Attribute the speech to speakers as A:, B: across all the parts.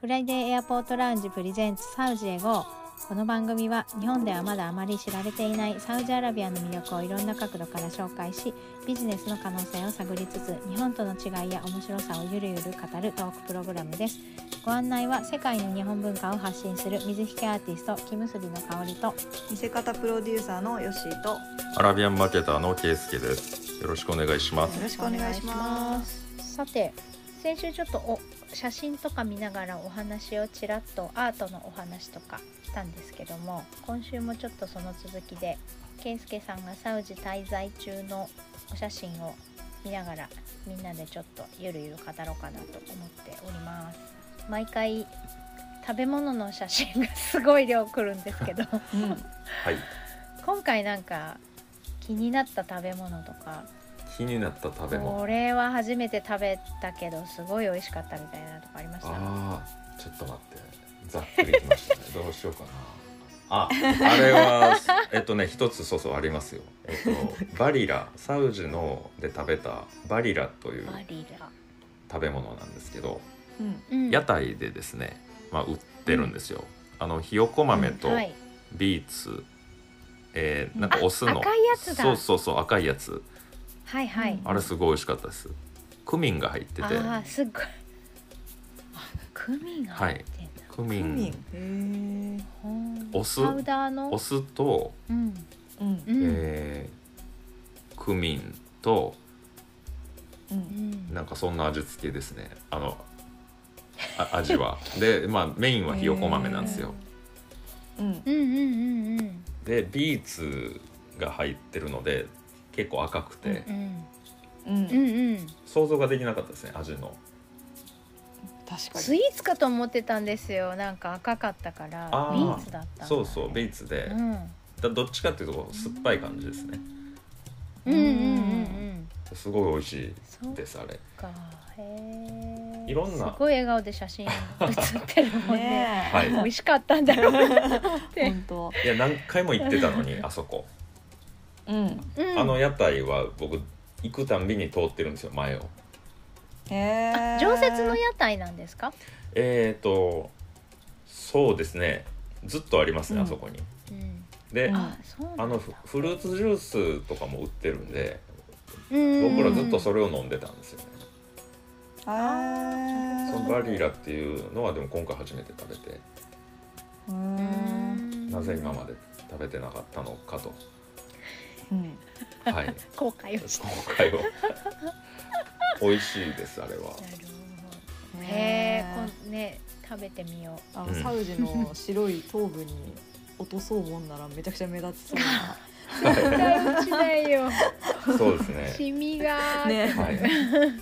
A: フライデーエアポートラウンジプレゼンツサウジへ GO この番組は日本ではまだあまり知られていないサウジアラビアの魅力をいろんな角度から紹介しビジネスの可能性を探りつつ日本との違いや面白さをゆるゆる語るトークプログラムですご案内は世界の日本文化を発信する水引アーティスト木結びの香りと
B: 見せ方プロデューサーのヨッシーとよ
C: アラビアンマーケターのケイスケです。よろしくお願いします。
B: ろしくお願いします。
A: さて先週ちょっとお写真とか見ながらお話をちらっとアートのお話とかしたんですけども今週もちょっとその続きで健介さんがサウジ滞在中のお写真を見ながらみんなでちょっとゆるゆる語ろうかなと思っております毎回食べ物の写真がすごい量来るんですけど
C: はい。
A: 今回なんか気になった食べ物とか
C: 気になった食べ物。
A: これは初めて食べたけどすごい美味しかったみたいなとこありました
C: ああ、ちょっと待って。ざっくりきましたね。どうしようかな。あ、あれは、えっとね、一つそうそうありますよ。え っと、バリラ、サウジので食べたバリラという
A: バリラ、
C: 食べ物なんですけど、
B: うん、
A: うん
C: 屋台でですね、まあ売ってるんですよ。あのひよこ豆と
A: はい、
C: ビーツ、えーなんかお酢
A: あ
C: の
A: 赤いやつだ
C: そうそうそう赤いやつ。
A: はいはい
B: うん
C: あれすごい美味しかったです。クミンが入ってて、
A: ああすっ ごいクミンが入ってんだ、
C: クミ
B: クミ
C: ン
B: ン、へ
A: ほん
C: お酢
A: パウダーの
C: お酢と、
A: うん
B: え、うん
A: うん、
C: えークミンと
B: う、
A: うんん
C: なんかそんな味付けですね。あのあ 味はでまあメインはひよこ豆なんですよ。
B: うん、
A: うんうんうんうん
C: でビーツが入ってるので結構赤くて、
A: うん
B: うん、
A: うんうん
C: 想像ができなかったですね味の。
B: 確か
A: スイーツかと思ってたんですよなんか赤かったから
C: あー
A: ビーツだったんだ
C: そうそうビ
A: ー
C: ーツで、
A: うん、
C: だどっちかっていうと酸っぱい感じですね。
A: うんうんうんうん
C: すごい美味し
A: そう
C: いですあれ。
A: かへえ
C: いろん
A: す
C: な
A: ごい笑顔で写真 写ってるもん
B: に。
A: ね
B: ね
C: はい
A: 美味しかったんだろう なと思っ
B: え、
A: て
B: 本当。
C: いや何回も行ってたのにあそこ。
B: うん、
A: うん
C: あの屋台は僕行くたんびに通ってるんですよ前を
B: へえ
A: あ。常設の屋台なんですか
C: えっ、ー、とそうですねずっとありますね、
B: うん
C: あそこに
A: うん
C: で、
B: うん
A: あそうなんだ
C: あのフフルーツジュースとかも売ってるんで
A: うん
C: 僕らずっとそれを飲んでたんですよね、
B: あ
C: そ
A: ん
C: のバリラっていうのはでも今回初めて食べて
B: う、
A: うんん
C: なぜ今まで食べてなかったのかと
B: うん、
C: はい
A: 後悔をし
C: 今回を美味しいですあれは
A: たなるほどへえ
B: ね
A: こんね食べてみよ
B: あ
C: う
B: の
C: ん
B: サウジの白い頭部に落とそうもんならめちゃくちゃ目立ちそう
A: う絶対落ちないよ
C: そうですね
A: シミが
B: なね
C: はい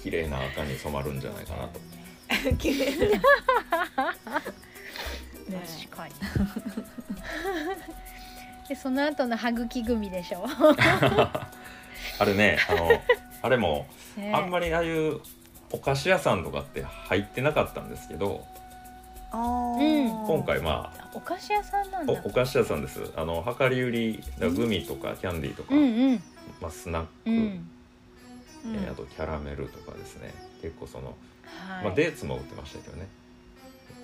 C: 綺麗な赤に染まるんじゃないかなと
B: 綺麗ね
A: 確かに でその後の歯茎組でしょ
C: あれねあのあれもあんま
A: り
C: りああいうお菓子屋さんとかって入ってなかったんですけど
B: あ
A: うん
B: ー
C: 今回まあ
A: お菓子屋さんなん
C: お
A: だ
C: お菓子屋さんですあの量り売りだグミとかキャンディーとか、
A: うんうん
C: まあ、スナック、
A: うん
B: うん
C: えーあとキャラメルとかですね結構その、
A: はい
C: まあ、デーツも売ってましたけどね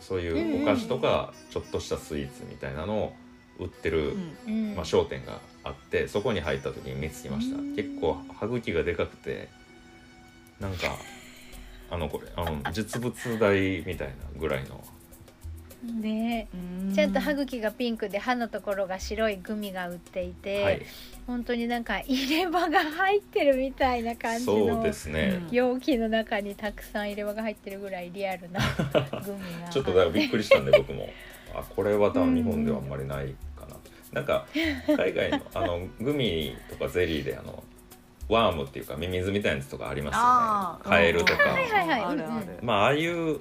C: そういうお菓子とかちょっとしたスイーツみたいなのを売ってる、
B: うん
A: うん
C: まあ、商店があってそこに入った時に見つけました
A: うん
C: 結構歯茎がでかくてなんかあのこれあの実物大みたいなぐらいの
A: ね
B: うん
A: ちゃんと歯茎がピンクで歯のところが白いグミが売っていて、
C: はい
A: 本当になんか入れ歯が入ってるみたいな感じ
C: そう
A: の
C: ですね、
A: 容器の中にたくさん入れ歯が入ってるぐらいリア ルなグミが
C: ちょっとだからびっくりしたんで僕もあこれは多分日本ではあんまりないかな、なんか海 外のあのグミとかゼリーであのワームっていうかミミズみたいなやつとかありますよ
B: あ
C: ね
B: ー
C: カエルとか
A: はいはいはい
B: あるある
C: まあああいう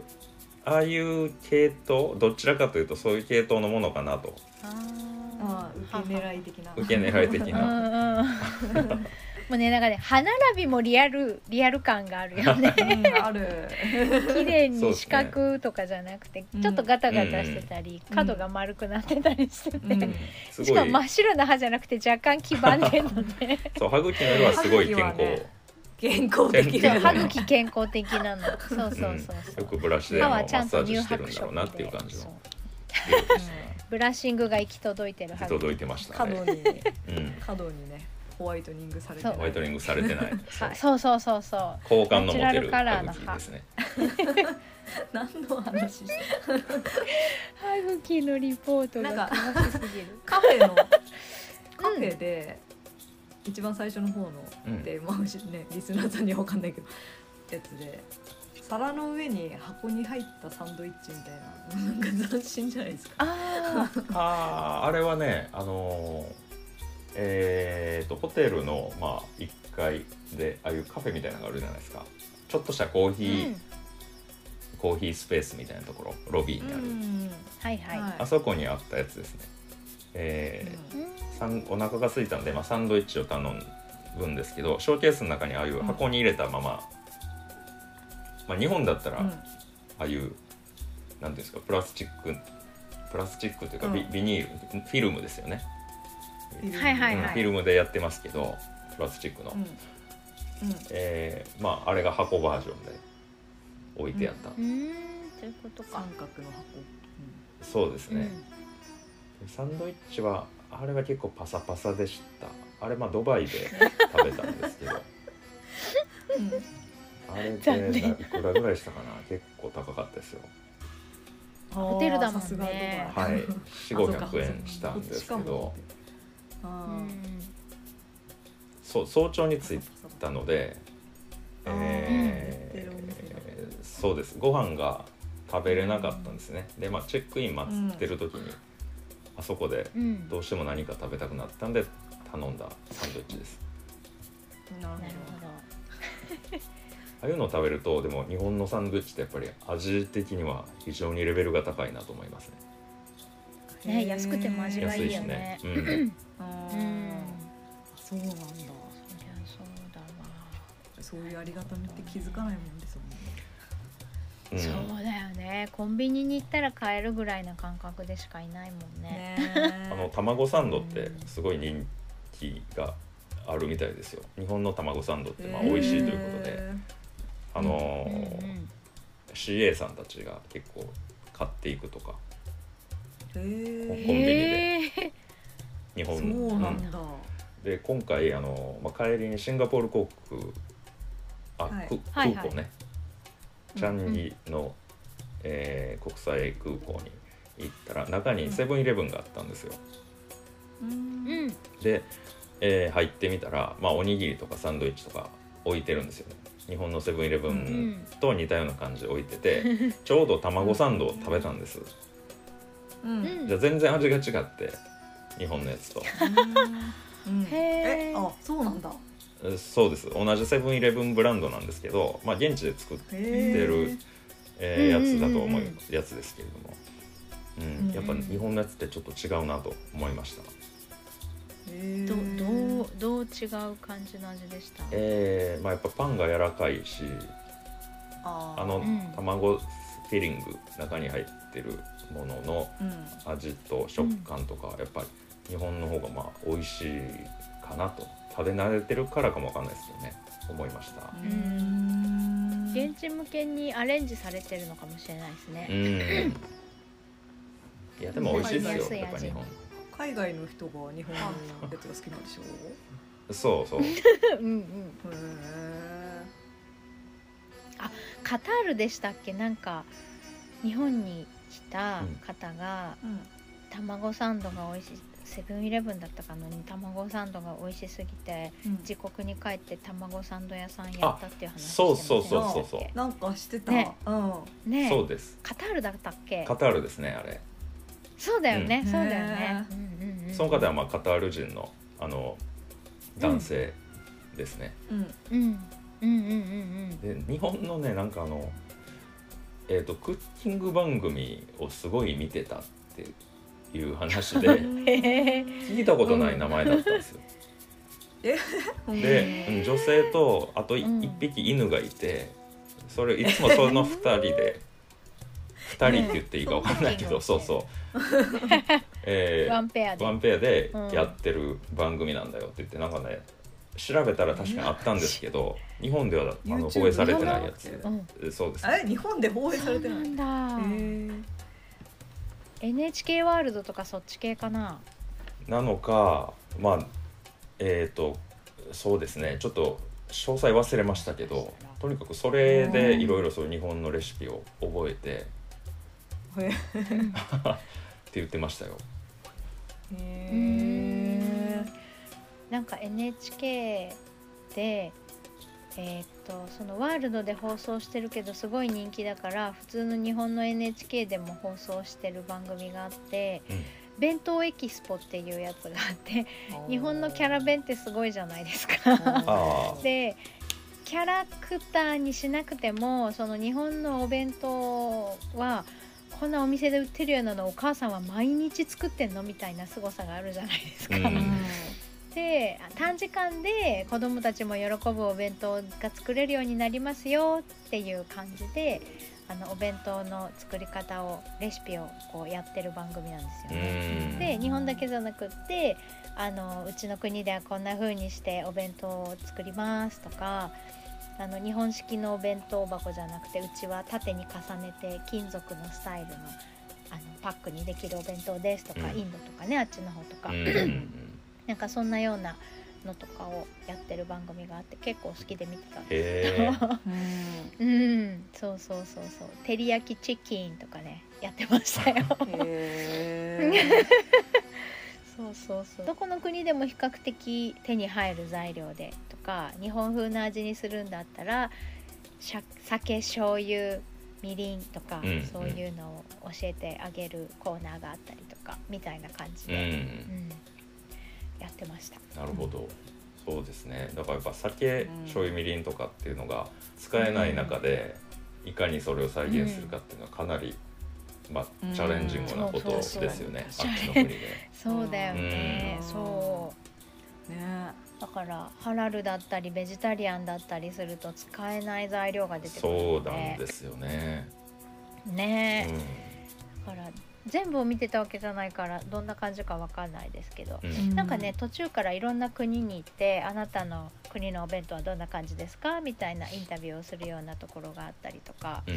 C: ああいう系統どちらかというとそういう系統のものかなと
B: あ
A: あー
B: ー受け狙い的な
C: 受け狙い的
A: う ん
C: な。
A: うんもうねなんかね歯並びもリアルリアル感があるよね
B: うんある
A: 綺麗
C: そう
A: に
C: です
A: 四
C: ね
A: 角とかじゃなくて、
B: うん
A: ちょっとガタガタしてたり、
B: うん
A: 角が丸くなってたりしてて、
B: うん
C: す
A: し
C: ご
A: か
C: い
A: も真っ白な歯じゃなくて若干黄ばんでるので
C: そう歯茎の色はすごい健
B: 歯茎は
C: 康
B: ね健康的
C: 健
A: そう
C: 康
A: 歯茎健康的なのそうそうそう
C: よ
A: そ
C: く
A: う、
C: ブラシで
A: 歯
C: あのマ
A: はちゃ
C: ッ
A: ん
C: サ
A: と
C: ージ
A: 乳
C: してる
A: 白
C: んだ
A: 色
C: ろうなっていう
A: で
C: 感じ
A: そう
C: の色でしたね
A: ブラッシングが行き届いてる
C: 行き
A: 歯
C: 届い
A: 茎
C: てました
B: 過
C: ね
B: 度、に
C: うん、
B: 過度にねホワイトニングされて
A: そう
C: ホワイトニングされてない
A: はそうそうそうそう
C: 好感の持てる
A: ナチュラルカラ
C: 歯
A: ーの
C: 茎
A: 歯
C: ですね
B: 何の話して
A: 歯茎のリポート
B: な
A: が
B: んか
A: 楽しすぎる
B: カフェのカフェで、一番最初の方の
C: うん
B: で、まあねリスナーさんには分かんないけどやつで皿の上に箱に入ったサンドイッチみたいななんか斬新じゃないですか。
A: あー
C: あああれはねあのーえー、とホテルの、まあ、1階でああいうカフェみたいなのがあるじゃないですかちょっとしたコーヒ
A: う
C: ー、
A: ん
C: コーヒースペースみたいなところロビーにある、
A: はいはい、
B: はい
C: あそこにあったやつですねえー
B: う
A: うんん
C: さんお腹が空いたので、まあ、サンドイッチを頼むんですけどショーケースの中にああいう箱に入れたまま、まあ、日本だったら
B: う
C: あ
B: ん
C: あいう何ていうんですかプラスチックプラスチックというか
B: うん
C: ビ,、ビニールフィルムですよね、
A: はいはい
C: うん
A: はい
C: フィルムでやってますけどプラスチックの、
B: うんうん
C: えーまああれが箱バージョンで置いてあった、
A: うーんということか
B: 三角の箱、
C: そうです
A: うん
C: ね、サンドイッチはあれは結構パサパサでしたあれまあドバイ で食べたんですけど
B: うん
C: あれで
A: 残念
C: いくらぐらいしたかな結構高かったですよ
A: ホテルだもんね
B: さすがドバイ
C: はい
B: あそうか
C: 4500円したんですけど
B: こっちかも
A: う
B: あー
A: ん
C: そう早朝に着いたので
B: あー
C: えー
B: うん寝てるお店
C: そうですご飯が食べれなかったんですねでまあチェックイン待ってる時に、あそこで
A: うん
C: どうしても何か食べたくなったんで頼んだサンドイッチです
B: なる
A: なる
B: ほど
C: ああいうのを食べるとでも日本のサンドイッチってやっぱり味的には非常にレベルが高いなと思いますね
A: ほどね安くても味が
C: 安
A: い
C: い
A: い
C: し
A: よね
C: ね、うん、
B: あ
A: ほど
B: ー
A: うん
B: そうなん
A: そりゃ
B: だ
A: そうだわ、
B: そういうありがたみって気づかないもんですもんね
C: うん
A: そうだよねコンビニに行ったら買えるぐらいな感覚でしかいないもんね
B: ね
C: あの卵サンドってすごい人気があるみたいですよ日本の卵サンドってまあ美味しいということで、あの
A: うん
C: ー CA さんたちが結構買っていくとか
B: とで、
C: コン
B: へ
A: へ
B: え
C: ビニで
A: ー
C: 日
B: そ
C: 本
B: うなん
C: う
B: だ、
C: んで今回、あのーまあ、帰りにシンガポール航空あ、
B: はい
C: く
A: は
C: 空
A: い
C: 港ね、
B: うん
C: チャンギの、えー国際空港に行ったら中にセブンイレブンがあったんですよ。
B: う
A: うんん
C: で、えー入ってみたら、まあ、おにぎりとかサンドイッチとか置いてるんですよね日本のセブンイレブ
A: う
C: ン
A: ん
C: と似たような感じで置い てて、ちょうど卵サンドを食べたんです
B: うん
A: うん
C: じゃあ全然味が違って日本のやつと
B: うん
A: へえ
B: えあそうなんだ
C: えそうです同じセブンイレブンブランドなんですけど、まあ、現地で作っ
B: へ
C: てる
B: え、
C: えーやつだと思
A: うんうんうん
C: うやつですけれども、
B: うん
C: うん、やっぱ日本のやつってちょっと違うなと思いました
B: へえ
A: どどうどう違う感じの味でした
C: えーまあ、やっぱパンが柔らかいし
B: あー
C: あの、
A: うん
C: 卵フィリング中に入ってるものの
B: うん
C: 味と食感とか、やっぱり日本の方がまあ美味しいかなと食べ慣れてるからかもわかんないですけどね思いました
B: うーん
A: 現地向けにアレンジされてるのかもしれないです
C: う
A: ね
C: んいやでも美味しいです
A: 食べ
C: よや
A: や
C: っ
A: すい味
C: ぱ日本
B: 海外の人が日本のやつが好きなんでしょ
C: そうそう
A: うんうん
B: う。へ
A: カタールでしたっけなんか日本に来た方が
B: え。うん。
A: 卵サンドが美味しいセブンイレブンだったかなに卵サンドが美味しすぎて自国に帰って卵サンド屋さんやったっていう話して
C: そうそう
A: ませんでしたっ
C: そうそうそう
A: け
B: なんかしてた。
A: ね
B: うん。
A: ねえ
C: そうです
A: カタールだったっけ
C: カタールですねあれ
A: そうだよね、
B: うん
A: そうだよね
B: ね、
A: うんうんうん、
C: その方はまあカタール人のあの男性ですね、
B: うん。
A: うんうんうんうん
C: で日本のねなんかあのえっ、とクッキング番組をすごい見てたってい う話で
A: うん へ
C: 聞いたことない名前だったんですよ。で
A: うん
C: うん女性とあとい
A: うん
C: 一匹犬がいてそれいつもその二人 で二人って言っていいかわかんないけど
A: そ
C: そうう
A: そう
C: そう。
A: え
C: え ー
A: ワンペアで
C: ワンペアでやってる番組なんだよって言ってなんかね調べたら確かにあったんですけど日本ではあの
B: YouTube
C: 放映されてないや
B: 日
C: つ
A: う
B: 本
A: ん、
C: そうです
B: あれ日本で放映さ
A: そ
B: れ
A: う
B: てないへ
A: なんだ、
B: ー
A: NHK ワールドとかそっち系かな
C: なのかまあえっ、とそうですねちょっと詳細忘れましたけどとにかくそれでいろいろそういう日本のレシピを覚えて
B: へ
C: って言ってましたよ。
B: え
A: なんか NHK でえーっとそのワールドで放送してるけどすごい人気だから普通の日本の NHK でも放送してる番組があって
C: うん
A: 「弁当エキスポ」っていうやつがあって日本のキャラ弁ってすごいじゃないですか。
C: あー
A: でキャラクターにしなくてもその日本のお弁当はこんなお店で売ってるようなのお母さんは毎日作ってんのみたいな凄さがあるじゃないですか。
C: う
B: うん
C: ん
A: で短時間で子どもたちも喜ぶお弁当が作れるようになりますよっていう感じであのお弁当の作り方をレシピをこうやってる番組なんです
C: う
A: よね。
C: ん
A: で日本だけじゃなくってあのうちの国ではこんな風にしてお弁当を作りますとかあの日本式のお弁当箱じゃなくてうちは縦に重ねて金属のスタイルのあのパックにできるお弁当ですとか、
C: うん
A: インドとかねあっちの方とか、
C: うんうん
A: なんかそんなようなのとかをやってる番組があって結構好きで見てたんです
C: へー
B: うん
A: うんそうそうそうそう照り焼きチキンとかねやってましたよ
B: へ
A: そうそうそうどこの国でも比較的手に入る材料でとか日本風な味にするんだったらしゃ酒醤油みりんとか、
C: うん
A: そういうのを教えてあげるコーナーがあったりとかみたいな感じ
C: う
A: で、
C: ん
A: うんやってました。
C: なるほど、そうですねだからやっぱ酒、
B: うん
C: 醤油みりんとかっていうのが使えない中で、いかにそれを再現するかっていうのはかなり、まあ
B: うん、
C: チャレンジングなことですよね、
A: そうそうそう
C: あっちの国で。
A: そうだよね、
B: うん
A: そう
B: ーね
A: だからハラルだったりベジタリアンだったりすると使えない材料が出てくる
C: そう
A: の
C: なん
A: で
C: ですよね。
A: ねえ、
C: う
A: だから全部を見てたわけじゃないからどんな感じかわかんないですけど、
C: ん、う
B: うん
C: ん、
A: なんかね途中からいろんな国に行ってあなたの国のお弁当はどんな感じですかみたいなインタビューをするようなところがあったりとか
C: うん、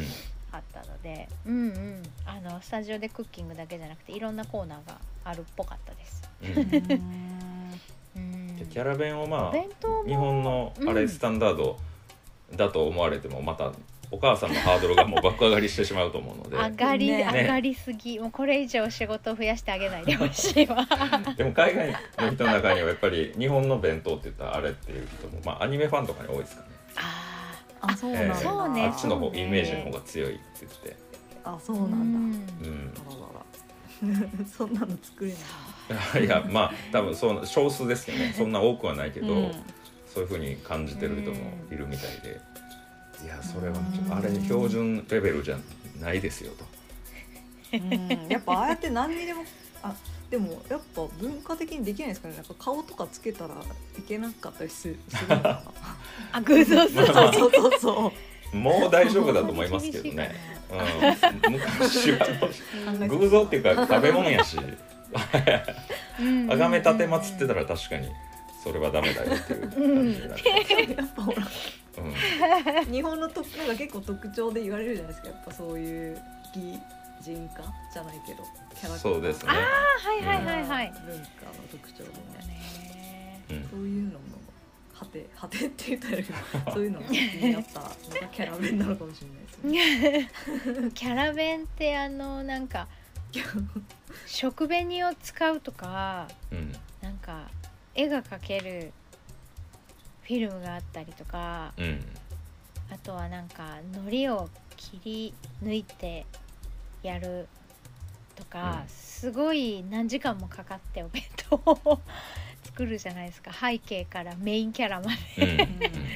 A: あったのでうんうんあのスタジオでクッキングだけじゃなくていろんなコーナーがあるっぽかったです。
C: うん
B: うん
A: うん
C: でキャラ弁をま あ
A: 弁当も
C: 日本のあ
A: う
C: れ
A: ん
C: スタンダードだと思われても、またお母さんのハードルがもう爆上がりしてしまうと思うので
A: 上がり、
B: ね
A: 上がりすぎもうこれ以上仕事を増やしてあげ ないでほしいわ
C: でも海外の人の中にはやっぱり日本の弁当って言ったらあれっていう人もまあアニメファンとかに多いですかね。
A: あ
B: あそうなん
C: え
B: だ
C: ー
A: そうね
C: あっちの方、
A: そうね
C: イメージの方が強いって言って
B: あそ
A: ー
B: うなんだ
A: う
C: て、うん
B: あららら そんなの作れない
C: いやまあ多分そう少数ですけどねそんな多くはないけど、
B: うん
C: そういう風に感じてる人もいるみたいで、いやそれはちょっとあれ標準レベルじゃないですよと。
B: うんやっぱああやって何にでもあでもやっぱ文化的にできないですかねなんか顔とかつけたらいけなかったりするするの か
A: あ偶像す
B: な
A: る
B: そうそうそうそう
C: もう大丈夫だと思いますけどね。うん、昔は 偶像っていうか食べ物やしあがめたてまつってた
A: ら
C: ら確かにそれはダメだよっていう感じになる、
B: やっぱほら
C: うん
B: 日本のとなんか結構特徴で言われるじゃないですかやっぱそういう擬人化じゃないけどキャラクター
C: そうですね
A: あ、はいはいはいはい、
B: 文化の特徴みたいな
C: うん
B: そういうのも果て果てって言ったらいいけどそういうのも気になったのがキャラ弁なのかもしれないですね。
A: キャラ弁ってあのなん か食紅を使うとか
C: うん
A: なんか絵が描けるフィルムがあったりとか
C: うん
A: あとはなんか海苔を切り抜いてやるとか、
C: うん
A: すごい何時間もかかってお弁当を 作るじゃないですか背景からメインキャラまで
C: うんうん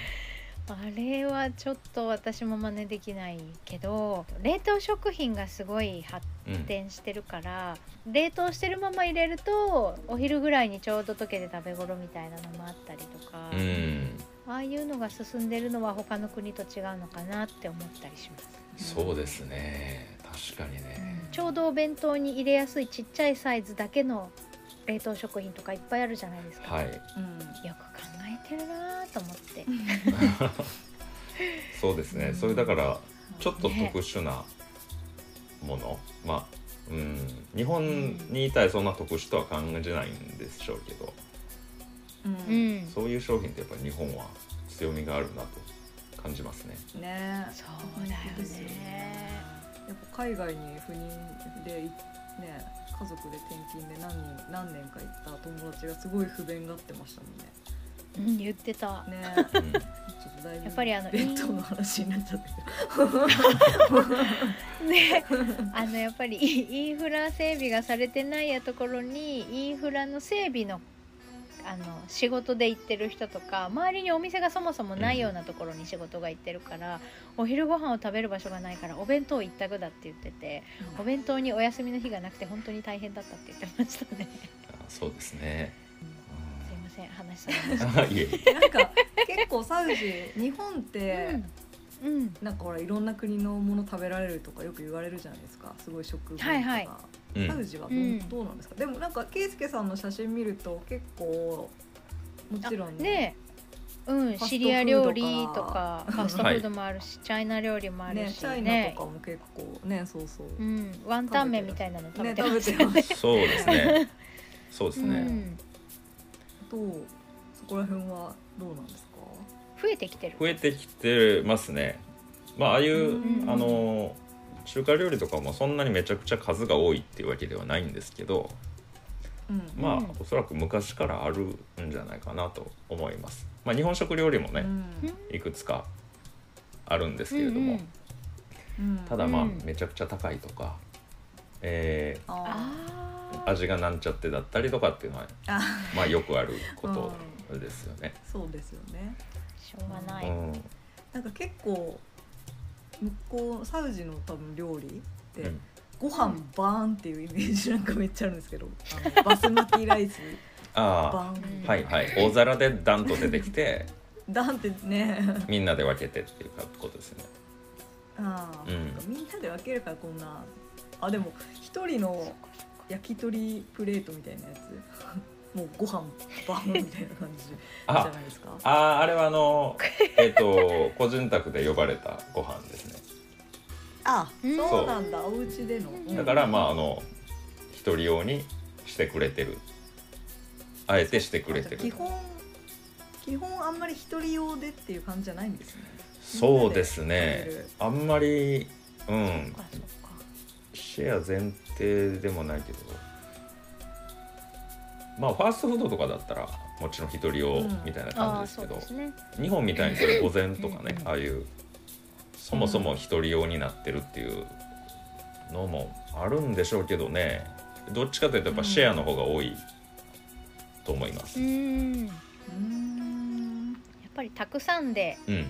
A: あれはちょっと私も真似できないけど冷凍食品がすごい発
C: うん
A: 展してるから冷凍してるまま入れるとお昼ぐらいにちょうど溶けて食べ頃みたいなのもあったりとか、
C: うん
A: ああいうのが進んでるのは他の国と違うのかなって思ったりします。
C: そうですね確かにね
A: ちょうどお弁当に入れやすいちっちゃいサイズだけの冷凍食品とかいっぱいあるじゃないですか、
C: は
A: よ
C: い
B: うん
A: く考えてるなーと思って
C: そうですね、
B: うん
C: それだからちょっと
A: ね
C: 特殊なもの、まあうん日本にいたらそんな特殊とは感じないんでしょうけど、
A: う
B: うん
A: ん
C: そういう商品ってやっぱり日本は強みがあるなと感じますね。
B: ねえ
A: そうだよ
B: 本当です
A: ね
B: やっぱ海外に赴任でいね家族で転勤で何人何年か行った友達がすごい不便がってましたもんね。
A: うん言ってた
B: ね
C: うん
B: ちょっとだいぶ
A: やっぱりあの
B: 弁当の話になっちゃったけど。
A: ね あのやっぱりインインフラ整備がされてないやところにインフラの整備のあの仕事で行ってる人とか周りにお店がそもそもないようなところに仕事が行ってるから、お昼ご飯を食べる場所がないからお弁当一択だって言っててお弁当にお休みの日がなくて本当に大変だったって言ってましたね
C: あそうですね。
A: すいません話されまし
C: うん いえいえ
B: なんか結構サウジ日本って。
A: た、うん、
B: なんかほらいろんな国のもの食べられるとかよく言われるじゃないですかすごい食文とか、
A: はいはい
C: うん
B: サウジはど,、う
A: うん
B: どうなんですかでもなんか圭介さんの写真見ると結構もちろん
A: ねえうん、
B: ファストフードから
A: シリア料理とかファストフードもあるし、チャイナ料理もある
B: ね
A: し
B: チャイナとかも結構ねそうそう、
A: うん、ワンタン麺みたいなの食べ
B: ね
A: て
B: 食
A: ま
B: べ
A: す
B: て
A: よ
B: ます
C: そうですね。そうです
A: う
C: ね。
A: ん、
B: どうそこら辺はどうなんですか
A: 増えてきてる
C: 増えてきてますね。まあああいう、
A: うん
C: あの中華料理とかもそんなにめちゃくちゃ数が多いっていうわけではないんですけど、
B: うん
C: まあ、
A: うん
C: おそらく昔からあるんじゃないかなと思います。まあ、日本食料理もね、いくつかあるんですけれども、
A: うん
B: うん
C: ただまあ、
A: うん
C: めちゃくちゃ高いとか、え
B: あ
A: あ
C: ー
A: あ
C: 味がなんちゃってだったりとかっていうのは、
B: ーあ
C: まあ、よくあることですよね。
B: そうですよね
A: しょうがな
C: う
A: い、
C: ん
B: なんか結構向こうサウジの多分料理って、
C: うん
B: ご飯バーンっていうイメージなんかめっちゃあるんですけど、あのバスマティライス
C: あ
B: バーンみたい
C: あ
B: な
C: はいはい大皿でダンと出てきて
B: ダンってね
C: みんなで分けてっていうことですよね。
B: ああ、
C: うん
B: なんかみんなで分けるからこんなあでも一人の焼き鳥プレートみたいなやつもうご飯バーンみたいな感じじ
C: あ
B: ゃないですか
C: あああれはあのえっと個人宅で呼ばれたご飯ですね
B: あ
A: うん
B: そうなんだお家での
A: うん
C: だからまああの一人用にしてくれてるあえてしてくれて
B: あじゃあ基
C: る
B: 本基本あんまり一人用でっていう感じじゃないんですね
C: そうですね
B: みんなで
C: あんまりう
A: そ
C: ん
A: っかそっか
C: シェア前提でもないけどまあファーストフードとかだったらもちろん一人用みたいな
A: あ
C: 感
A: あ
C: じです
A: そ
C: け
A: う
C: ど、
A: ですね
C: 日本みたいにそれ午前とかね
A: うん
C: ああいうそもそも一人用になってるっていうのもあるんでしょうけどねどっちかというとやっぱシェアの方が多いと思いま
A: う
C: す。
A: んや
B: うーん
A: っぱりたくさんで
C: うん、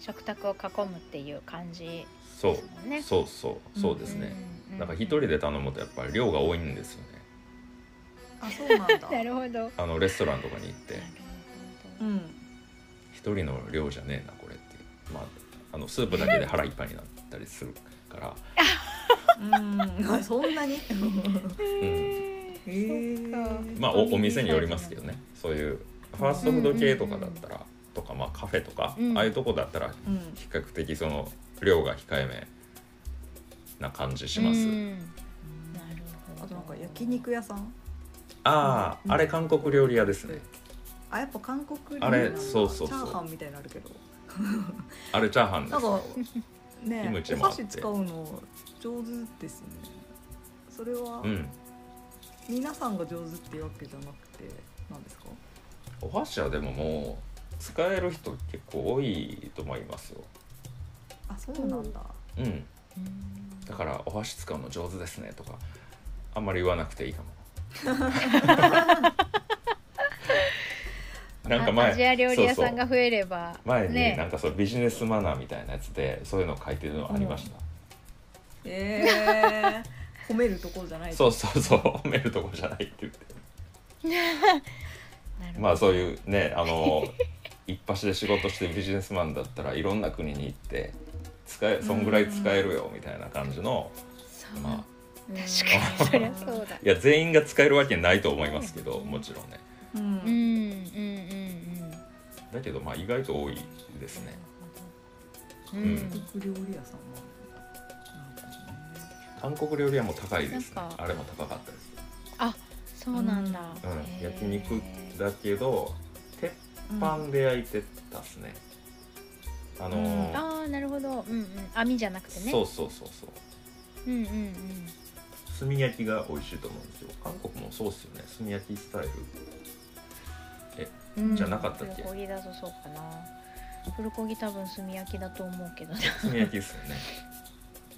A: 食卓を囲むっていう感じ
C: そ
A: で
C: う
A: すもんね
C: そうそうそうですね。
A: うん
C: なんか一人で頼むとやっぱり量が多いんですよね。
B: あそうなんだ
A: なるほどなる
C: あのレストランとかに行って
A: ほど
B: うん
C: 一人の量じゃねえなこれっていうまああのスープだけで腹いっぱいになったりする から、
B: うん、そんなに。
C: うん、
B: えー
C: まあおお店によりますけどねそういうファーストフード系とかだったら、とかまあカフェとか、
A: うん
C: ああいうとこだったら
B: うん、
C: 比較的その量が控えめな感じします、
A: うんなるほど
B: あとなんか焼肉屋さん。
C: ああ、
B: うん
C: あれ韓国料理屋ですね
B: あ、やっぱ韓国料理
C: あれ
B: なんだ
C: そうそうそう
B: チャーハンみたいなのあるけど。
C: あれチャーハンで
B: なんか
C: すねキ
B: ね
C: ム、チ
B: お
C: もあって
B: 箸使うの上手ですね。それは
C: うん
B: 皆さんが上手っていうわけじゃなくて、なんですか？
C: お箸はでももう使える人結構多いと思いますよ
B: あ、そうなんだ。
C: うん
A: うん
C: だからお箸使うの上手ですねとかあんまり言わなくていいか もなんか前
A: アジア料理屋
C: そう
A: さ
C: そ
A: ん
C: う
A: が増えれば
C: 前にな
A: ね
C: んかそうビジネスマナーみたいなやつでそういうの書いてるのありました、
B: え えー、褒めるところじゃない。。
C: そううそうそう褒めるとこじゃないって言って
A: なるほど
C: まあそういうね あの一発で仕事してビジネスマンだったらいろんな国に行って使えそんぐらい使えるよみたいな感じの
A: そう
C: まあ
A: う確かにそりゃそうだ
C: いや全員が使えるわけないと思いますけどもちろんね
B: に、う
A: うんうん
B: ん、
C: だけどまあ意外と多いですね
A: うんうん、
C: う
A: うんん
B: 韓国料理屋さんもなんかね
C: 韓国料理はもう高いですね
A: なんか
C: あれも高かったです、
A: そうなんだ、
C: うん、
A: へー
C: 焼肉だけど鉄板で焼いてたっすね、あのー
B: うん
A: ああなるほど、うんうん、網じゃなくてね
C: そうそうそうそ
A: う
C: う
A: んうんうん
C: 炭焼きが美味しいと思うんですよ韓国もそうっすよね炭焼きスタイル
A: うん
C: じゃなかったっけ
A: プルコギだとそうかなプルコギ多分炭焼きだと思うけどな
C: 炭焼きっす よね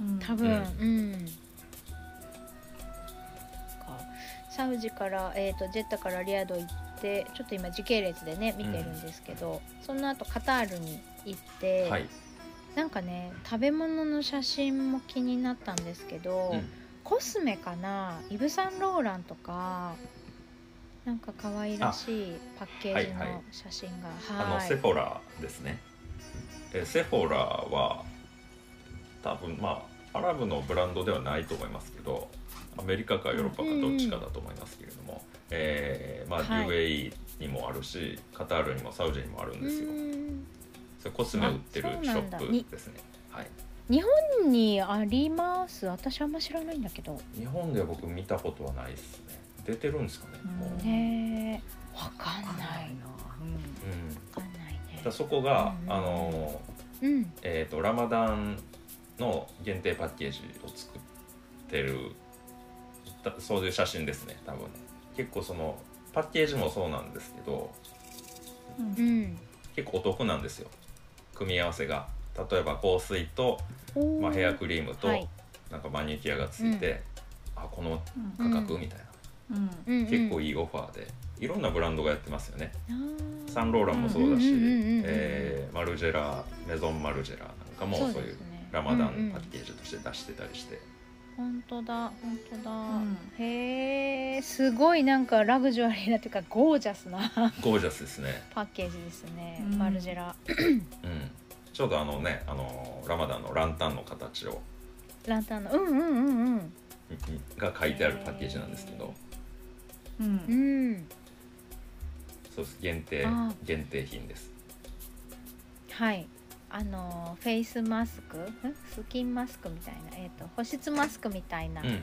B: うん
A: 多分うん、かサウジから、えー、とジェッタからリアド行ってちょっと今時系列でね見てるんですけど、その後カタールに行って、
C: はい、
A: なんかね食べ物の写真も気になったんですけど、
C: うん
A: コスメかなイブ・サンローランとかなんか可愛らしいパッケージ
C: はいは
A: の
C: い
A: 写真が
C: あの
A: はい
C: セフォラですねえセフォラは多分まあアラブのブランドではないと思いますけどアメリカかヨーロッパかどっちかだと思いますけれども、えーまあ、
A: はい
C: UAE にもあるしカタールにもサウジにもあるん
A: う
C: ですよ
A: ーん
C: それコスメ売ってる
A: あそう
C: シ
A: な
C: ョ
A: んだ
C: ップですねはい
A: 日本にあります私あんま知らないんだけど
C: 日本では僕見たことはないですね出てるんですかねもう、
B: うん
A: へえわかん
B: わかん
A: ない
B: ないな、
C: うん、だ
A: わかんないね
C: からそこが、
A: うん
C: あのー
A: うん
C: えー、とラマダンの限定パッケージを作ってるたそういう写真ですね多分結構そのパッケージもそうなんですけど
B: うん
A: う
B: うん
A: ん
C: 結構お得なんですよ組み合わせが例えば香水と、まあ、ヘアクリームと、
A: はい
C: なんかマニキュアがついて、あこの価格
A: うん
C: みたいな、
B: うん
A: リ
C: 結構
A: い
C: いいオファーでいろんなブランドがやってますよねサン
A: ー
C: ローランもそうだし
A: うんうんうんうんうん
C: えーマルジェラメゾンマルジェラなんかもそういう
A: ですね
C: ラマダ
A: うんう
C: ン
A: ん
C: パッケージとして出してたりして、
A: 本当だ本当だ、
B: うん
A: へえすごいなんかラグジュアリーなというかゴージャスな
C: ゴージャスですね、
A: パッケージですね、
B: うん
A: マルジェラ
C: うん、ちょうどあのねあのラマダンのランタンの形を
A: ランタンのうんうんうん
C: んんが書いてあるパッケージなんですけど
B: う
A: うんうんん
C: そうです限定
A: あ
C: 限定品です
A: はいあのーフェイスマスクんスキンマスクみたいな、えー、と保湿マスクみたいな
C: うん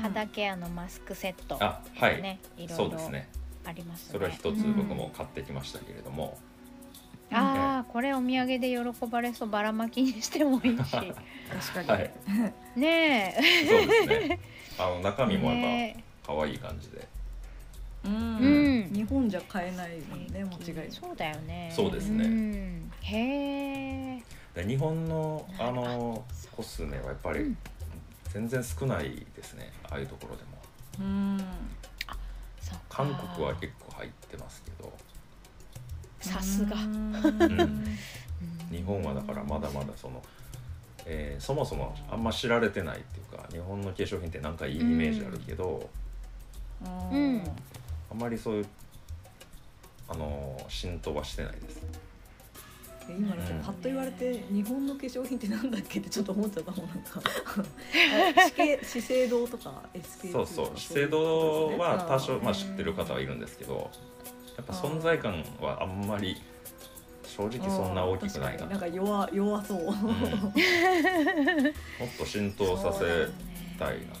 A: 肌ケアのマスクセット、
C: あはい、
A: ね、いろ
C: そう
A: い
C: です
A: ろ
C: ね
A: ありますね
C: それは一つ
B: うん
C: 僕も買ってきましたけれども、
A: ああこれお土産で喜ばれそうばらまきにしてもいいし
B: 確か
C: は
B: に、
C: い
A: ねえ
C: そうですね あの中身もやっ
A: ね
C: ぱ可愛い感じで、
B: うん
A: えうん
B: 日本じゃ買えないもんね
A: 素
B: 間
A: 敵
B: 違いなく
A: そうだよね
C: そうですね
A: んへえ
C: で日本の
A: な
C: あ
A: るほど
C: のコスメはやっぱ
A: う
C: り
A: ん
C: 全然少ないですね、ああいうところでも
B: うん
A: そっか
C: 韓国は結構入ってますけど
A: さすが
B: うん
A: うん
C: 日本はだからまだまだその、えーそもそもあんま知られてないっていうか日本の化粧品ってなんかいいイメージあるけど、
A: うん
C: あんまりそういうあのー浸透はしてないです
B: 今なんかパッと言われて日本の化粧品ってなんだっけってちょっと思っちゃったもんなんかあ資生資生堂とか SK
C: そうそう資生堂は多少、
A: ん
C: まあ、知ってる方はいるんですけどやっぱ存在感はあんまり正直そんな大きくないな、
B: なんか弱弱そう、
C: もっと浸透さ
B: そうだ
C: せたいな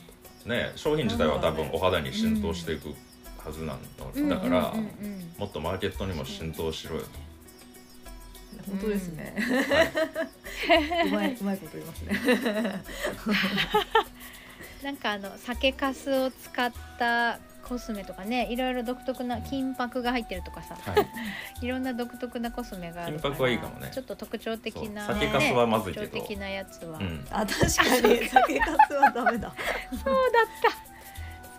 C: とね商品自体は多分お肌に浸透していくはずな
A: うん
C: のだから、
A: うんうんうん
C: もっとマーケットにも浸透しろよ
B: 本当ですね、
C: と、はいう
B: まいうまいこと言いますね
A: なんかあの酒粕を使ったコスメとかねいろいろ独特な金箔が入ってるとかさ
C: はい、
A: いろんな独特なコスメがあるから
C: 金箔はいいかもね
A: ちょっと特徴的な、
C: そう酒粕はまずいけど
A: 特徴的なやつは、
C: うん、
B: あ確かに 酒粕はダ
A: そう
B: メだ
A: だっ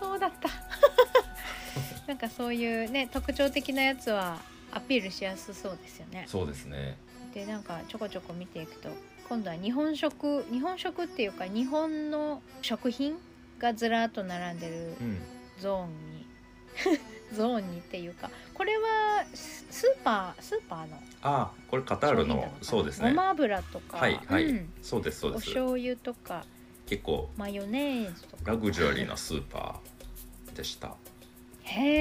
A: たそうだった なんかそういうね特徴的なやつはアピールしやすそうですよね
C: そうですね
A: でなんかちょこちょこ見ていくと今度は日本食日本食っていうか日本の食品がずらっと並んでる
C: うん
A: ゾーンに ゾーンにっていうかこれはススーパースーパーの
C: ああこれカタールの
A: 商品なかな
C: そうですね
A: ごま油とか、
C: はいはい
A: うん
C: そうですそう
A: お
C: です
A: 醤油とか
C: 化結構
A: マヨネーズとか
C: ラグジュアリーなスーパーでした、
A: へえ、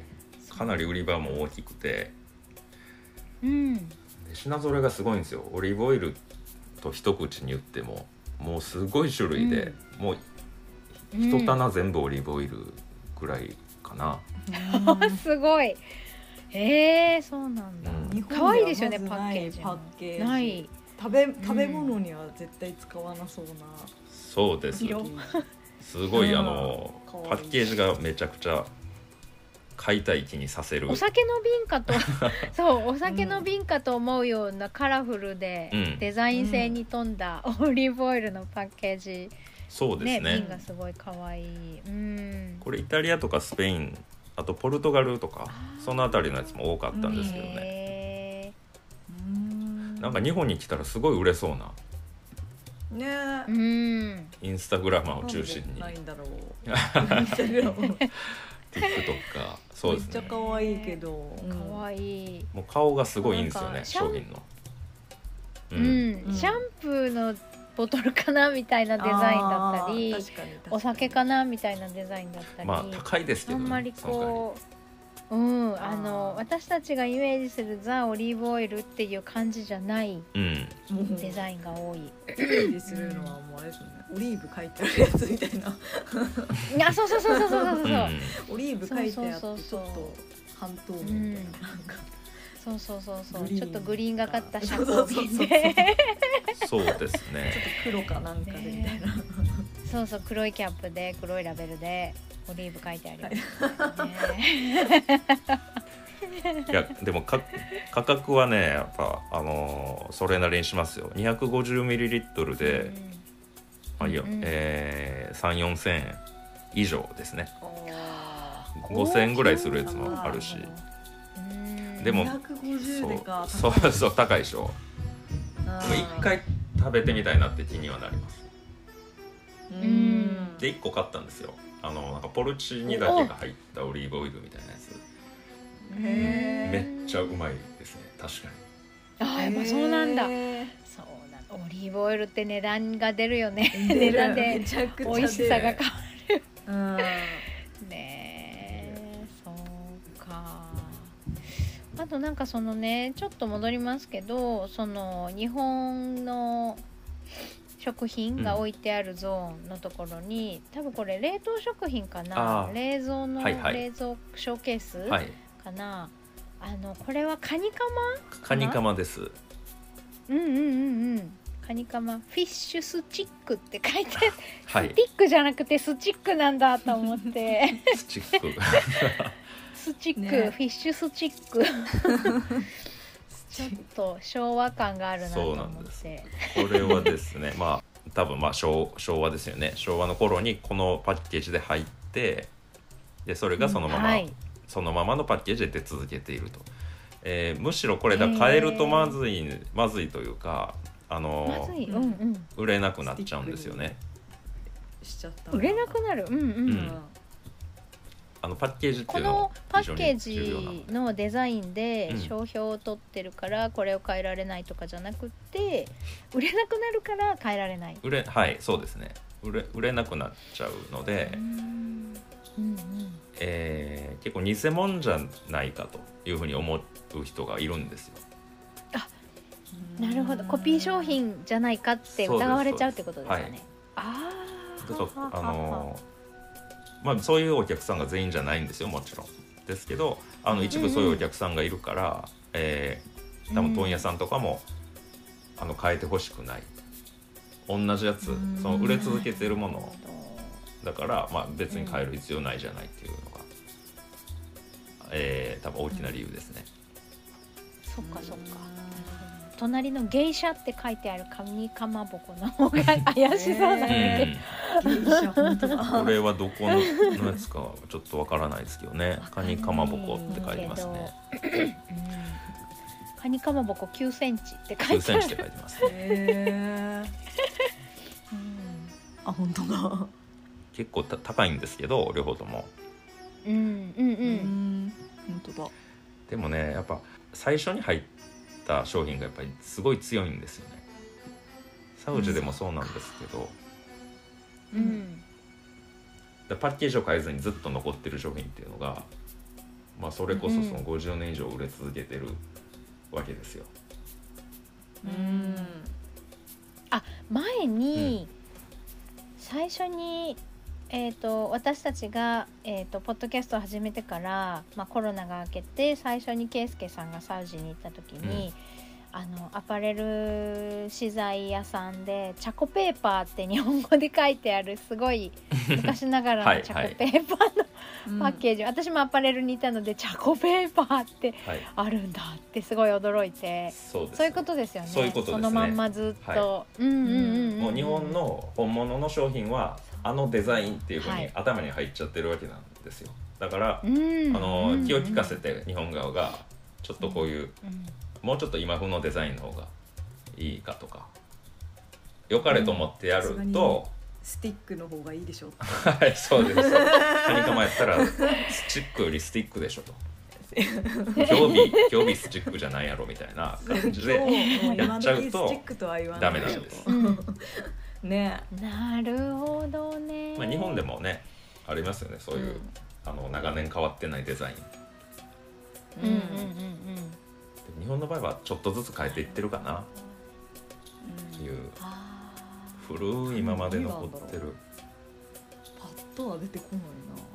C: えーかなり売り場も大きくて
A: うん
C: で品揃えがすごいんですよオリーブオイルと一口に言ってももうすごい種類で、もう一棚全部オリーブオイルぐらいかな、
A: うんすごいえー、そうなんだ、
C: うん
B: 日本には
A: 可愛いですよね
B: まず
A: パッ
B: ない
A: ケージも
B: パッケージ
A: ない
B: 食べ食べ物には絶対使わなそうな
C: そうです
B: 色
C: すごい
B: うん
C: あの
B: かわいい
C: パッケージがめちゃくちゃ買いたい気にさせる
A: お酒の瓶か とそうお酒の瓶かと思うようなカラフルで、
C: うん
A: デザイン性に富んだオリーブオイルのパッケージ、
C: そうです
A: ね
C: ね
A: 瓶がすごい可愛いうん
C: これイタリアとかスペインあとポルトガルとかその辺りのやつも多かったんですけどね、
A: へ
C: なんか日本に来たらすごい売れそうな
B: ね
A: ーうん
C: インスタグラ
B: な
C: マ
B: ん
C: ーを
B: で
C: 中心に
B: ないんだろう
C: TikTok か そうです
B: めっちゃ
C: ね
B: 可愛いけど、
A: 可愛いい
C: もう顔がすごいいいんですよ
A: なん
C: ね
A: かシャン
C: 商品のう、
A: うんん、
B: うん
A: シャンプーのボトルかなみたいなデザインだったり
B: あー確かに確かに
A: お酒かなみたいなデザインだったり、
C: まあ高いですけ
A: あ
C: ど、ね、
A: んまり
C: その代わ
A: こううん
B: あー
A: あの私たちがイメージするザ・オリーブオイルっていう感じじゃない
C: りうん
B: もう
A: デザインが多い、
B: 整理するのはもうあれですよねオリーブ書いてあるやつみたいな
A: あそうそうそうそうそうそうそうう、
C: ん
B: オリーブ書いてあ
A: そう
B: っ
A: そうそうそ
B: てちょ
A: う
B: っと半透明みたいな,、なんか
A: そうそうそうそう
B: グリーン
A: ちょっとグリーンがかったシャ
B: そ
A: ン
B: う
A: プ
B: そ
A: ー
B: うそうそう
A: 瓶で
C: そうですね
B: 黒かなんかでみたいな、
A: そうそう黒いキャップで黒いラベルでオリーブ書いてあるよね、
C: いやでもか価格はねやっぱあのーそれなりにしますよ 250ml で、まあいいよ、
A: うん
C: えー、3 4千円以上ですね
B: あ
C: 5000円ぐらいするやつもあるし
A: うんうん
C: でも
B: 250でか
C: そうそうそう高いでしょでも1回食べてみたいなって気にはなります
B: うん
C: で1個買ったんですよあのなんかポルチーニだけが入ったオリーブオイルみたいなやつ
A: うん
B: へー
C: めっちゃうまいですね確か
A: ああやっぱそうなんだ
B: へ
A: そうなんだオリーブオイルって値段が出るよね
B: ー
A: 値段
B: め
A: で
B: ちゃくちゃ出る
A: 美味しさが変わ
B: うん
A: るねえそうかあとなんかそのねちょっと戻りますけどその日本の食品が置いてあるゾーンのところに、多分これ冷凍食品か
C: あ
A: な
C: ー
A: 冷蔵の
C: はいはい
A: 冷蔵ショーケース
C: にはい
A: かな、あのこれはカニカマ
C: カニカマです
A: うんうんうんうんカニカマフィッシュスチックって書いてある
C: は
A: ス
C: い
A: ティックじゃなくてスチックなんだと思って
C: スチック
A: スチック、
B: ね
A: フィッシュスチックちょっと昭和感があるなと
C: そうな
A: 思
C: ん
A: っ
C: です
A: て
C: これはですねまあ多分まあ昭昭和ですよね昭和の頃にこのパッケージで入ってでそれがそのまま、
A: はい
C: そのままのパッケージで出続けていると、えーむしろこれだ変えるとまずいまずいというか
A: ま
C: あの
A: ずいうんうん
C: 売れなくなっちゃうんですよね
B: しちゃった
A: 売れなくなるうんうん、
C: う
B: うんん
C: あのパッケージって
A: こ
C: いうのは
A: のパ
C: 非
A: ッ
C: 常
A: ケー
C: に重要な
A: ジのデザインで
C: うん
A: 商標を取ってるからこれを変えられないとかじゃなくて売れなくなるから変えられない。
C: 売れはいそうですね売れ売れなくなっちゃうので、
A: うんうんうん
C: えー結構偽物じゃないかというふうに思う人がいるんですよ
A: なるほどコピー商品じゃないかって疑われちゃうってことですよ
C: そうで
A: ね。ああ
C: だからあのーまあそういうお客さんが全員じゃないんですよもちろんですけどあの一部そういうお客さんがいるから、えー多分問屋さんとかも、あの変えてほしくない同じやつ
B: うん
C: その売れ続けてるもの
A: の
C: だから、まあ、別に変える必要ないじゃないっていうのが、えー多分大きな理由ですね、
A: そっかそっか隣の芸者って書いてある紙かまぼこの方が怪しそうだ
B: うん
A: ね、
B: 芸者本当だ
C: うんこれはどこののやつかはちょっとわからないですけどね「カニかまぼこ」って書いてますね
A: うんカニかまぼこ9センチって
C: 「
A: 書い
C: 数
A: て
C: セン
A: あ
C: チ」
A: る、
C: って書いてますね
B: へー
A: うん
B: あ本当だ
C: 結構た高いんですけど両方とも
A: うん、うんう
B: うんん本当だ
C: でもねやっぱ最初に入った商品がやっぱりすごい強いんですよねサウジでもそうなんですけど、
A: う、ん
C: でパッケージを変えずにずっと残ってる商品っていうのが、まあ、それこそその
A: うん
C: 50年以上売れ続けてるわけですよ。
B: うん
A: 前に、最初に、えー、と私たちが、えー、とポッドキャストを始めてから、まあ、コロナが明けて最初に圭介さんがサウジに行った時に、あのアパレル資材屋さんでチャコペーパーって日本語で書いてあるすごい 昔ながら
C: は
A: の
C: い
A: チャコペーパーのパッ
B: ージ
A: ケージ、私もアパレルにいたのでチャコペーパーって
C: はい、
A: あるんだってすごい驚いて
C: そうです
A: そういうことですよね
C: そういうことですね
A: のまんまずっと、うんうんうん、うん、
C: もう日本の本物の商品はあのデザインっていうふう
A: は
C: に
A: い
C: 頭に入っちゃってるわけなんですよだから、
A: うん
C: あの
A: うん
C: 気を利かせて日本側がちょっとこういう、
A: うん
C: もうちょっと今風のデザインの方がいいかとか良かれと思ってやると、
B: スティックの方がいいでしょう
C: はいそうですそうカニカマやったらスチックよりスティックでし ょと興味興味スチックじゃないやろみたいな感じで
B: 今
C: やっちゃう
B: 時
C: と
B: スティックとは言わな
C: ダ
B: い
C: メなん
B: で
C: ですす、
A: うん
B: ね
A: なるほどね、
C: まあ、日本で
A: も
C: もねありますよねそういう、
B: うん
C: あの長年変わってないデザイ
A: う
C: ン
A: んうんうんうん
C: でも日本の場合はちょっとずつ変えていってるかな
B: う
C: って
B: ん
C: いう
A: あ
C: 古い今まで残ってる
B: パッとは出てこないな
A: ー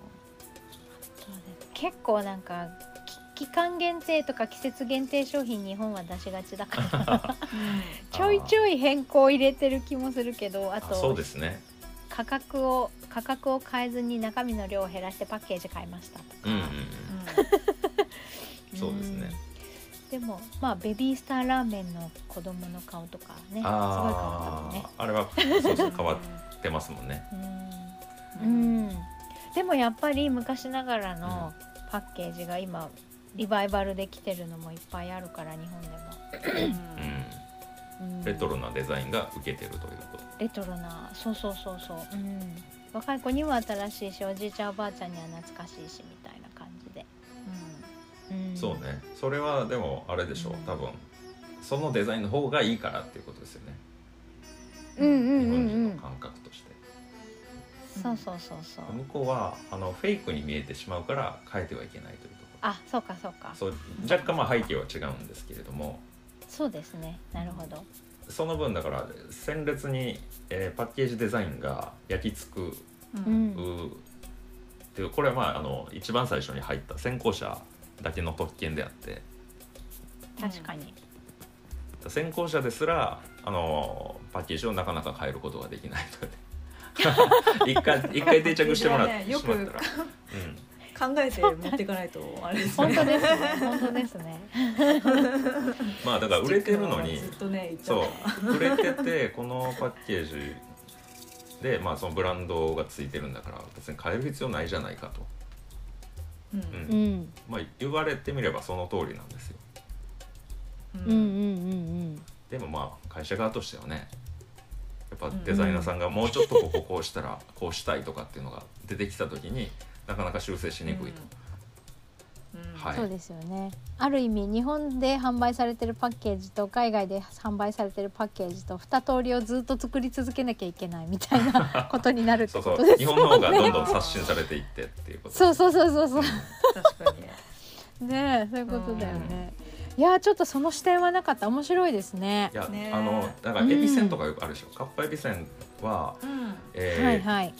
A: そうです結構なんかき期間限定とか季節限定商品日本は出しがちだから ちょいちょい変更入れてる気もするけどあ
C: あそう
A: と
C: ですね
A: 価格を価格を変えずに中身の量を減らしてパッケージ変えましたとか、
C: うんうんう
A: う
C: ん
A: ん
C: そうですね
A: でもまあベビースターラーメンの子供の顔とかねすごい変わ
C: あ
A: ったもんね
C: ああれはそうそう変わってますもんね
A: う
B: うんうん
A: ん、でもやっぱり昔ながらのパッケージが今リバイバルできてるのもいっぱいあるから日本でも、
C: う
A: うん
C: んレトロなデザインが受けてるということ
A: レトロなそうそうそうそう、うん、若い子には新しいしおじいちゃんおばあちゃんには懐かしいしみたいな感じで、うん、
C: そうねそれはでもあれでしょう
B: うん
C: 多分そのデザインの方がいいからっていうことですよね
A: うんう
C: 日
A: んう
C: 本
A: んう
C: 人の
A: ん
C: 感覚として
A: そうそうそうそう
C: 向こうはあのフェイクに見えてしまうから変えてはいけないというところ
A: あそうかそうかそ
C: そう若干まあ背景は違うんですけれども
A: うですねなるほど
C: その分だから鮮烈に、えーパッケージデザインが焼き付く
A: う
B: うん
A: ん
C: うーっていうこれはまああの一番最初に入った先行者だけの特権であって
A: 確かに、
C: 先行者ですらあのパッケージをなかなか変えることがで きないという一回一回定着してもらっ
B: パッケージはねよく
C: しまったら、
B: 考えて持っていかないとあれです
A: 本
B: ね
A: 当ですね本当ですね
C: うん、まあ だから売れてるのに
B: ずっとねいっちゃう
C: そう 売れててこのパッケージで、まあ、そのブランドがついてるんだから別に変える必要ないじゃないかと、
B: うん
C: うん
A: うん
C: まあ、言われてみればその通りなんですよ
A: うんうんうんうん
C: でもまあ会社側としてはねやっぱデザイナーさんがもうちょっとこここうしたら こうしたいとかっていうのが出てきた時になかなか修正しにくいと、
B: うん
C: はい
A: そうですよねある意味日本で販売されてるパッケージと海外で販売されてるパッケージと二通りをずっと作り続けなきゃいけないみたいなことになるって
C: そう
A: こと
C: そう
A: で
C: 日
A: すよ
C: 本の方が
A: ね。
C: どんどん刷新されていってっていうこと
A: そうそうそうそうそう
B: 確かに
A: ねえそういうことだよね。いやーちょっとその視点はなかった面白いですね
C: い。や、
B: ね
C: あのだからエビせんとかよくあるでしょ、カッパエビせんは、
B: うん
C: えー
A: はいはい。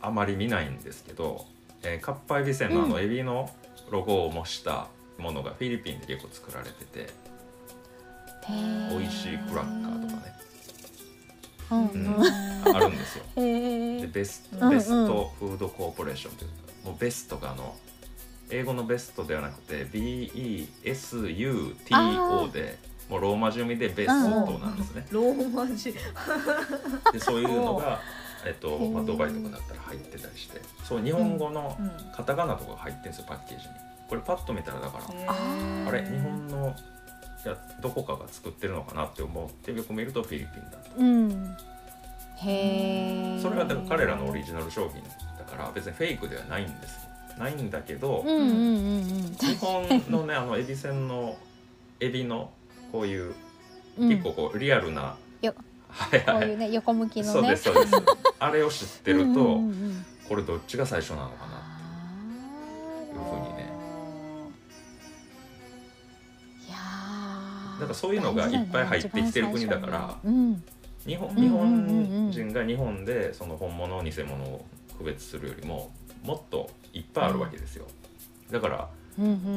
C: あまり見ないんですけど、えーカッパエビせんのあ
A: う
C: のエビのロゴを模したものがフィリピンで結構作られてて、
A: へー
C: 美味しいクラッカーとかね
A: うん
C: う
A: うん。
C: あるんですよ。
A: へ
C: で
A: え。
C: ベス
A: うん
C: ベストフードコーポレーションというか、もうベストがあの英語のベストではなくて BESUTO でもうローマ字読みでベストなんですね。
B: ローマ字
C: でそういうのが、えっとまあ、
A: へー
C: ドバイとかだったら入ってたりしてそう日本語の
B: うん
C: カタカナとかが入ってるんですよパッケージに。これパッと見たらだから
B: へ
A: あ
B: ー
C: あれ日本のいやどこかが作ってるのかなって思ってよく見るとフィリピンだと
A: うん。へえ。
C: それがでも彼らのオリジナル商品だから別にフェイクではないんですよないんだけど
A: うんうんうんうん。
C: 日本のねあのエビせんのエビのこういう
A: うん
C: 結構こうリアルな
A: よ
C: はい
A: こ
C: は
A: う
C: い
A: いうね横向きのね
C: そうですそうですあれを知ってる
A: う
C: と、
A: んうんうん
C: これどっちが最初なのかな
A: あー
C: いうふうにね
A: いやー
C: なんかそういうのがいっぱい入ってきてる国だから
A: 大事だね
C: 日本
B: うん
C: 日
A: うんうんう
C: 本
A: ん
C: 人が日本でその本物偽物を区別するよりももっといっぱいあるわけですよだから
A: 一番最初にうんうんうんう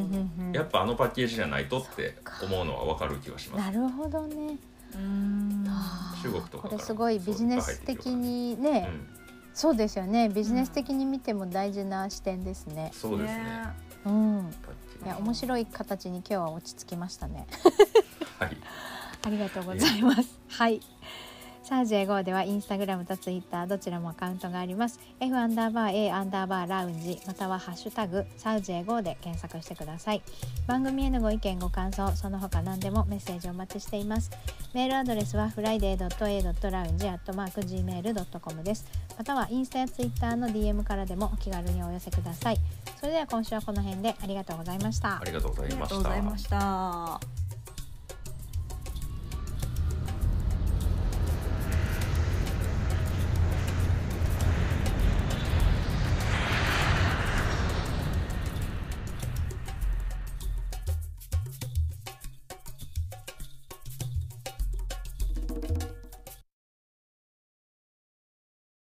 A: んうん
C: やっぱあのパッケージじゃないとって
A: そっか
C: 思うのはわかる気がします
A: なるほどね
B: うん
A: あー
C: 中国とかから
A: これすごいビジネス的にね
C: う、ん
A: そうですよねビジネス的に見ても大事な視点ですね
C: そうですね
A: うん
C: パッケー
A: い
C: ジ
A: や面白い形に今日は落ち着きましたね
C: はい
A: ありがとうございますはいサージエゴーではインスタグラムとツイッターどちらもアカウントがあります F アンダーバー A アンダーバーラウンジまたはハッシュタグサウジエゴーで検索してください番組へのご意見ご感想その他何でもメッセージお待ちしていますメールアドレスは friday.a.lounge.gmail.com ですまたはインスタやツイッターの DM からでもお気軽にお寄せくださいそれでは今週はこの辺でありがとうございました
C: ありがとうご
B: あ
C: ざい
B: りが
C: ま
B: とうござい
C: した
B: ました